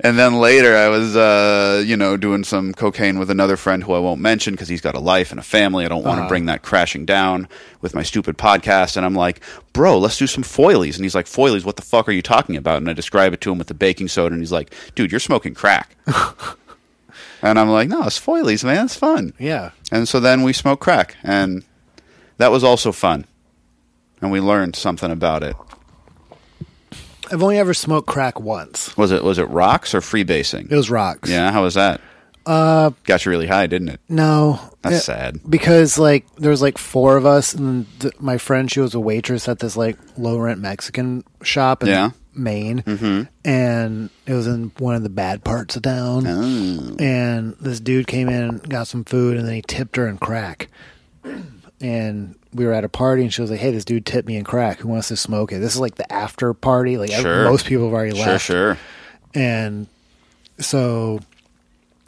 And then later, I was, uh, you know, doing some cocaine with another friend who I won't mention because he's got a life and a family. I don't Uh-huh. want to bring that crashing down with my stupid podcast. And I'm like, bro, let's do some foilies. And he's like, foilies, what the fuck are you talking about? And I describe it to him with the baking soda, and he's like, dude, you're smoking crack. and I'm like, no, it's foilies, man. It's fun. yeah, And so then we smoked crack, and that was also fun. And we learned something about it. I've only ever smoked crack once. Was it was it rocks or freebasing? It was rocks. Yeah, how was that? Uh, got you really high, didn't it? No. That's it- sad. Because like there was like four of us, and th- my friend she was a waitress at this like low rent Mexican shop in Yeah. Mm-hmm. Maine, and it was in one of the bad parts of town. Oh. And this dude came in, and got some food, and then he tipped her in crack. And we were at a party, and she was like, "Hey, this dude tipped me in crack. Who wants to smoke it?" This is like the after party. Like ev- Sure. most people have already Sure, left sure. and so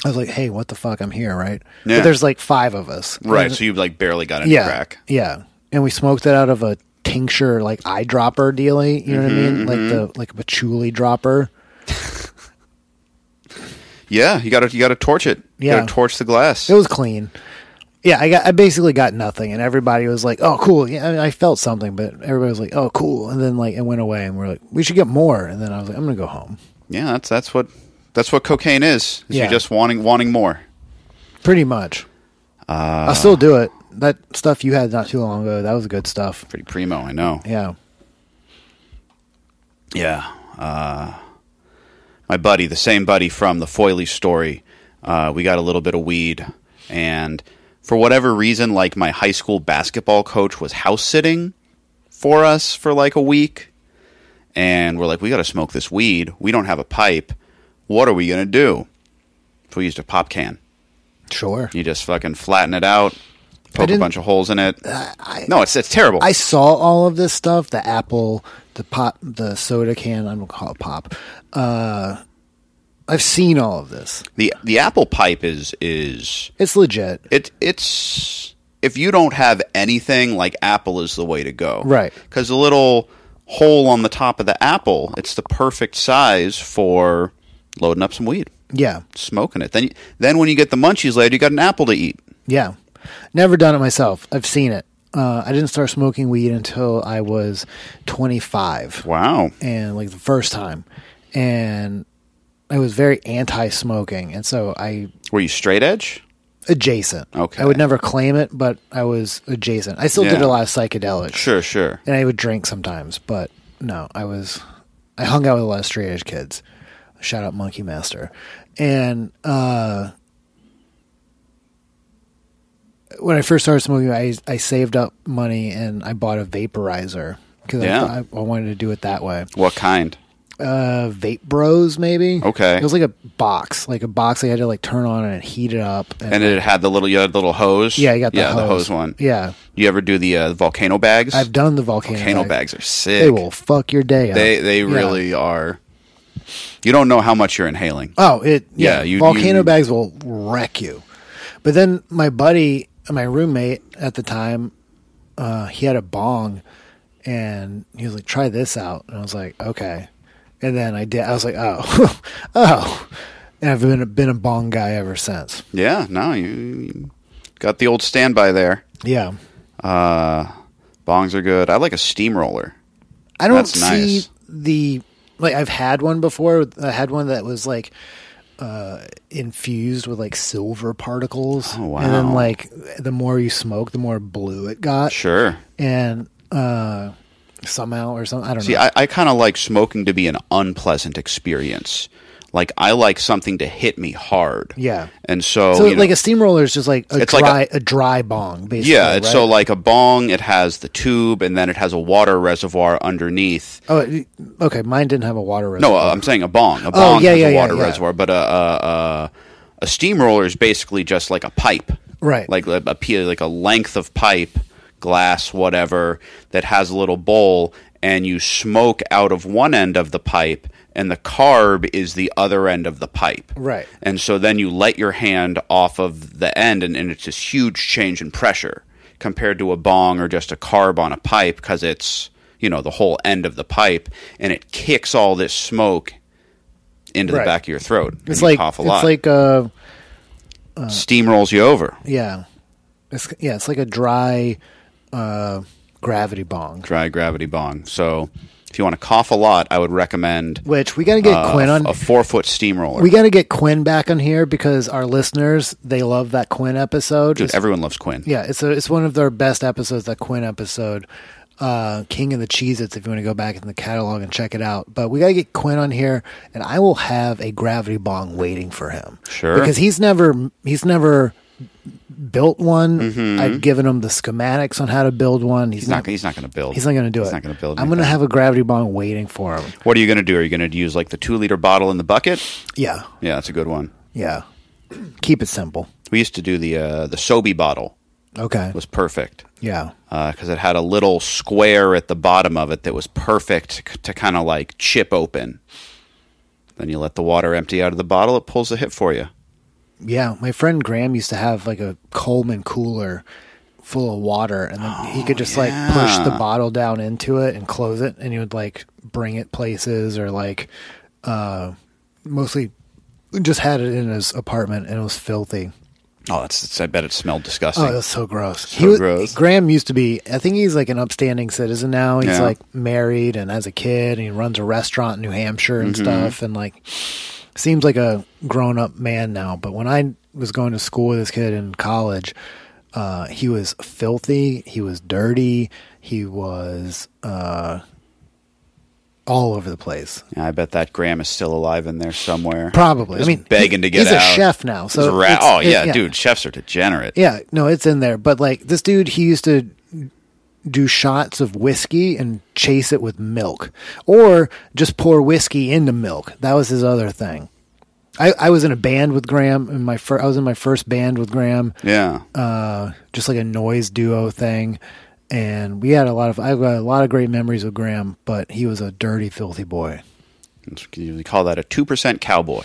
I was like, "Hey, what the fuck? I'm here, right?" Yeah. But there's like five of us, Right, And- so you like barely got any yeah, crack. yeah, and we smoked it out of a tincture, like eyedropper dealy. You know what I Mm-hmm, mean? Like the like a patchouli dropper. Yeah, you got to you got to torch it. You Yeah. got to torch the glass. It was clean. Yeah, I got I basically got nothing, and everybody was like, "Oh, cool." Yeah, I, mean, I felt something, but everybody was like, "Oh, cool," and then like it went away, and we're like, "We should get more," and then I was like, "I'm gonna go home." yeah, that's that's what that's what cocaine is. is Yeah. You're just wanting wanting more. Pretty much. Uh, I'll still do it. That stuff you had not too long ago, that was good stuff. Pretty primo, I know. Yeah. Yeah. Uh, my buddy, the same buddy from the Foily story, uh, we got a little bit of weed. And for whatever reason, like my high school basketball coach was house sitting for us for like a week. And we're like, we got to smoke this weed. We don't have a pipe. What are we going to do? So we used a pop can. Sure. You just fucking flatten it out, poke a didn't- bunch of holes in it. no, it's, it's terrible. I saw all of this stuff, the apple, the pop, the soda can, I'm going to call it pop. Uh, I've seen all of this. the, the apple pipe is is. It's legit. It it's if you don't have anything like apple is the way to go. Right. Cuz the little hole on the top of the apple, it's the perfect size for loading up some weed, Yeah. smoking it. Then you, then when you get the munchies later, you got an apple to eat. Yeah. Never done it myself. I've seen it. Uh, I didn't start smoking weed until I was 25. Wow. and like the first time and I was very anti-smoking and so I Were you straight edge? adjacent. Okay. I would never claim it, but I was adjacent. I still did Yeah. a lot of psychedelics. Sure, sure. And I would drink sometimes, but no, I was I hung out with a lot of straight edge kids. Shout out Monkey Master. And uh when I first started smoking, I I saved up money and I bought a vaporizer because Yeah. I, I wanted to do it that way What kind? uh vape bros maybe Okay. it was like a box like a box that you had to like turn on and heat it up and, And it had the little you had the little hose. yeah you got the, yeah, hose. the hose one. yeah You ever do the uh, volcano bags? i've done the volcano, volcano bag. bags are sick. they will fuck your day up. They they Yeah. really are. You don't know how much you're inhaling. oh it yeah, Yeah, you- volcano you- bags will wreck you but then my buddy my roommate at the time uh he had a bong and he was like try this out and i was like okay and then i did i was like oh oh and i've been, been a bong guy ever since Yeah, no, you- you got the old standby there. yeah Uh, bongs are good. I like a steamroller. I don't That's see nice. the like I've had one before. I had one that was like uh infused with like silver particles. Oh, And then wow. like the more you smoke, the more blue it got. Sure. And uh somehow or something I don't See, know. I, I kind of like smoking to be an unpleasant experience. Like I like something to hit me hard. Yeah. And so, so you know, like a steamroller is just like a It's dry like a, dry bong basically. yeah, it's right? so like a bong. It has the tube, and then it has a water reservoir underneath. Oh it- okay, mine didn't have a water No, reservoir. uh, I'm saying a bong. A bong Oh, yeah, has yeah, a yeah, water yeah. reservoir, but a, a, a a steamroller is basically just like a pipe, Right. Like a, a pi- like a length of pipe, glass, whatever, that has a little bowl, and you smoke out of one end of the pipe, and the carb is the other end of the pipe, Right. And so then you let your hand off of the end, and, and it's this huge change in pressure compared to a bong or just a carb on a pipe because it's, you know, the whole end of the pipe and it kicks all this smoke into the Right. back of your throat. and it's you like cough a it's lot. like uh Steamrolls you over. yeah. It's yeah, it's like a dry uh gravity bong. Dry gravity bong. So if you want to cough a lot, I would recommend Which we gotta get uh, Quinn on a four foot steamroller. We got to get Quinn back on here because our listeners they love that Quinn episode. Dude, It's- everyone loves Quinn. yeah, it's a, it's one of their best episodes. That Quinn episode. uh, King of the Cheez Its if you want to go back in the catalog and check it out. But we got to get Quinn on here, and I will have a gravity bong waiting for him. Sure. Because he's never he's never built one. I've given him the schematics on how to build one. He's, Mm-hmm. He's not. He's not going to build. He's not going to do it. He's not going to build. I'm going to anything. have a gravity bong waiting for him. What are you going to do? Are you going to use like the two liter bottle in the bucket? Yeah, Yeah, that's a good one. yeah. Keep it simple. We used to do the uh, the Sobe bottle. Okay. It was perfect Yeah. because it had a little square at the bottom of it that was perfect c- to kind of like chip open. Then you let the water empty out of the bottle. It pulls the hip for you. Yeah, my friend Graham used to have like a Coleman cooler full of water, and then he could just like push the bottle down into it and close it, and he would like bring it places or like uh, mostly just had it in his apartment, and it was filthy. Oh, that's, that's- I bet it smelled disgusting. Oh, that's so gross. So gross. Graham used to be. I think he's like an upstanding citizen now. He's Yeah. like married and has a kid, and he runs a restaurant in New Hampshire Mm-hmm. and stuff. And like, seems like a grown up man now. But when I was going to school with this kid in college, uh, he was filthy. He was dirty. He was uh, all over the place. Yeah, I bet that Graham is still alive in there somewhere. Probably. Just I mean, begging to get he's out. a chef now, so He's a ra- it's- oh it- yeah, yeah. dude, chefs are degenerate. Yeah, no, it's in there. But like this dude, he used to do shots of whiskey and chase it with milk, or just pour whiskey into milk. That was his other thing. I, I was in a band with Graham, and my fir- I was in my first band with Graham, Yeah. uh, just like a noise duo thing, and we had a lot of I've got a lot of great memories with Graham, but he was a dirty, filthy boy. It's- We call that a two percent cowboy.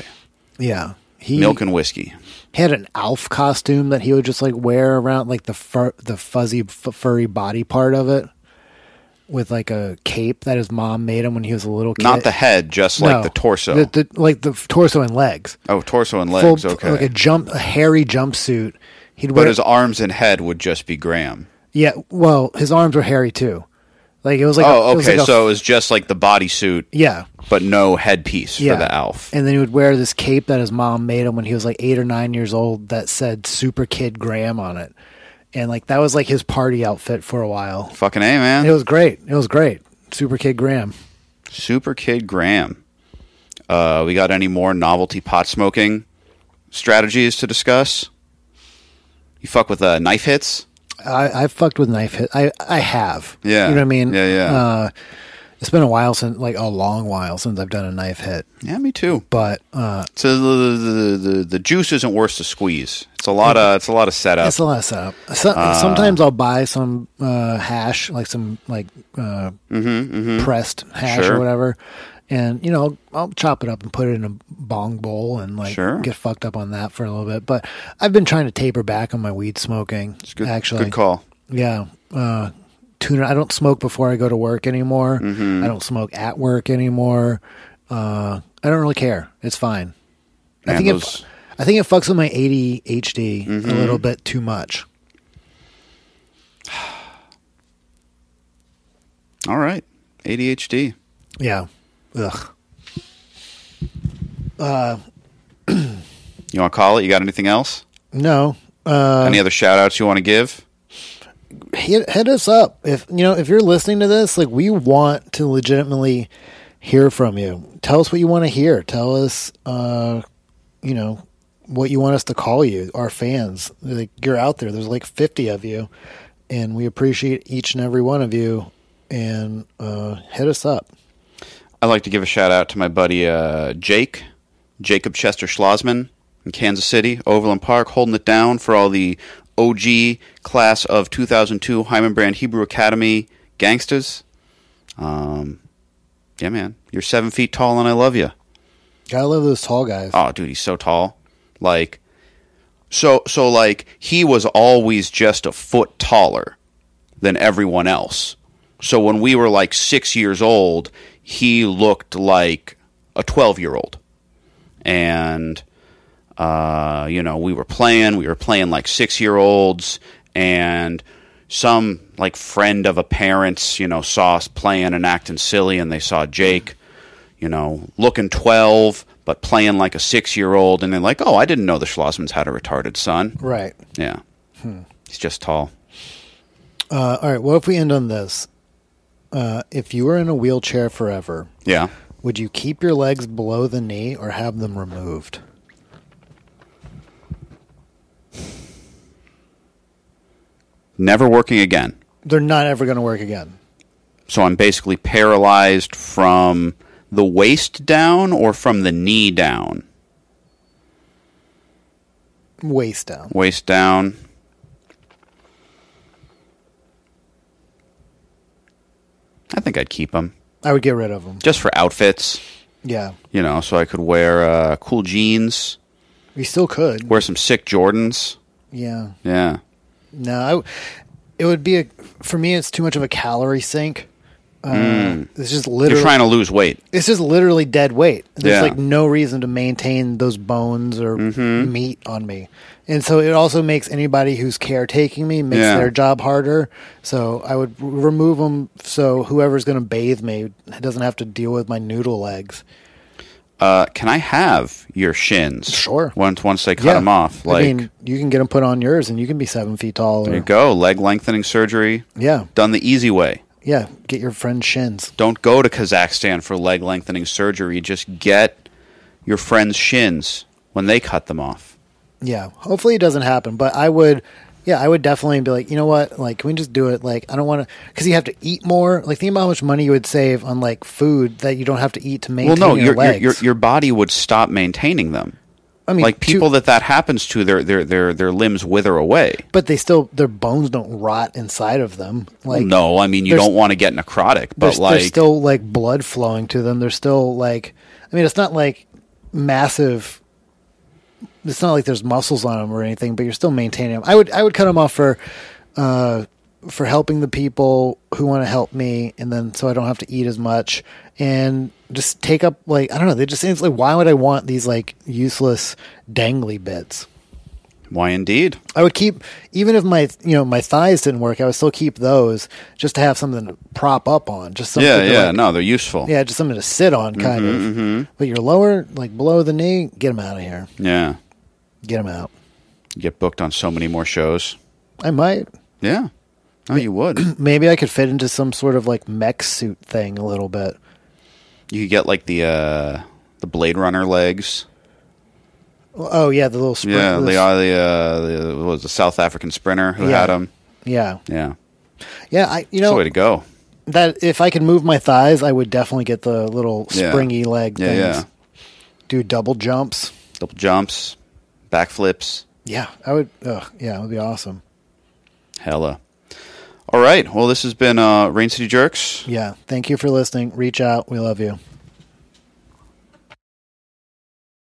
Yeah, he Milk and whiskey. had an elf costume that he would just like wear around like the fur, the fuzzy f- furry body part of it with like a cape that his mom made him when he was a little kid. Not the head, just like No. the torso. The- the- like the f- torso and legs. oh, torso and legs. Full- okay. Like a jump, a hairy jumpsuit. He'd wear. but his arms and head would just be Graham. yeah, well, his arms were hairy too. Like it was like. a, Oh, it was okay. like a- so it was just like the bodysuit, yeah, but no headpiece yeah. for the Alf. And then he would wear this cape that his mom made him when he was like eight or nine years old that said "Super Kid Graham" on it, and like that was like his party outfit for a while. Fucking A, man. It was great. It was great. Super Kid Graham. Super Kid Graham. Uh, we got any more novelty pot smoking strategies to discuss? You fuck with uh, knife hits? I, I fucked with knife hit. I, I have. Yeah. You know what I mean? Yeah, yeah. Uh, it's been a while since, like a long while since I've done a knife hit. Yeah, me too. But uh, So the, the, the, the juice isn't worth the squeeze. It's a lot of it's a lot of setup. that's a lot of setup. So, uh, sometimes I'll buy some uh, hash, like some like uh, pressed hash Mm-hmm, Sure. or whatever, and you know I'll chop it up and put it in a bong bowl and like Sure. get fucked up on that for a little bit. But I've been trying to taper back on my weed smoking. It's good, actually, good call. Yeah. Uh, tuna. I don't smoke before I go to work anymore. Mm-hmm. I don't smoke at work anymore. Uh, I don't really care. It's fine. I Man, think those- Mm-hmm. it, I think it fucks with my ADHD a little bit too much. All right, ADHD. Yeah. Ugh. You want to call it? You got anything else? No. Uh, any other shout outs you want to give? hit, hit us up if you know if you're listening to this. Like we want to legitimately hear from you. Tell us what you want to hear. Tell us, uh, you know, what you want us to call you. Our fans, like you're out there. There's like 50 of you, and we appreciate each and every one of you. And uh, hit us up. I'd like to give a shout out to my buddy uh, Jake, Jacob Chester Schlossman in Kansas City, Overland Park, holding it down for all the OG class of 2002 Hyman Brand Hebrew Academy gangsters. Um, yeah, man, you're seven feet tall, and I love you. Gotta love those tall guys. Oh, dude, he's so tall. Like, so so like he was always just a foot taller than everyone else. So when we were like six years old, he looked like a twelve year old, and uh, you know we were playing, we were playing like six year olds, and some like friend of a parent's you know saw us playing and acting silly, and they saw Jake you know, looking 12, but playing like a six year old. And they're like, oh, I didn't know the Schlossmans had a retarded son. Right. Yeah. He's just tall. Uh, all right. What if we end on this? uh, if you were in a wheelchair forever, Yeah. would you keep your legs below the knee or have them removed? Never working again. They're not ever going to work again. So I'm basically paralyzed from the waist down or from the knee down. Waist down. Waist down. I think I'd keep them I would get rid of them. just for outfits, Yeah, you know, so I could wear uh, cool jeans, we still could. wear some sick Jordans. Yeah. Yeah. No, I w it would be a for me. It's too much of a calorie sink. Uh, It's just Mm. You're literally trying to lose weight. it's just literally dead weight. There's Yeah. like no reason to maintain those bones or Mm-hmm. meat on me. And so it also makes anybody who's caretaking me makes Yeah. their job harder. So I would r- remove them so whoever's going to bathe me doesn't have to deal with my noodle legs. Uh, can I have your shins? Sure. Once once they cut them off, like I mean, you can get them put on yours, and you can be seven feet tall. Or, there you go, leg lengthening surgery Yeah, done the easy way. yeah. Get your friend's shins. Don't go to Kazakhstan for leg lengthening surgery. Just get your friend's shins when they cut them off. Yeah. Hopefully it doesn't happen, but I would. Yeah, I would definitely be like, you know what? Like, can we just do it? Like, I don't want to, because you have to eat more. Like, think about how much money you would save on like food that you don't have to eat to maintain Well, no, your, your your, legs. your your body would stop maintaining them. I mean, like two- people that that happens to, their their their their limbs wither away. but they still their bones don't rot inside of them. Like, no, I mean you there's- don't want to get necrotic, but there's, there's like still like blood flowing to them. There's still like, I mean, it's not like massive. It's not like there's muscles on them or anything, but you're still maintaining them. I would I would cut them off for, uh, for helping the people who want to help me, and then so I don't have to eat as much and just take up like I don't know. They just seems like why would I want these like useless dangly bits? why indeed. I would keep even if my you know my thighs didn't work, I would still keep those just to have something to prop up on. Just something Yeah, to, yeah, like, no, they're useful. yeah, just something to sit on, kind Mm-hmm, of. But your lower, like below the knee, get them out of here. yeah. Get them out. You get booked on so many more shows. I might. Yeah. No, you would. Maybe I could fit into some sort of like mech suit thing a little bit. you could get like the uh the Blade Runner legs. Oh yeah, the little sprint. Yeah, the- the uh, the, uh, the what was it, the South African sprinter who Yeah. had them. yeah, Yeah. yeah. I you It's the know way to go. that if I could move my thighs, I would definitely get the little Yeah. springy leg Yeah, things. yeah. Do double jumps. Double jumps, backflips, Yeah, I would. Ugh, yeah, it would be awesome. hella. All right. Well, this has been uh, Rain City Jerks. Yeah, thank you for listening. Reach out. We love you.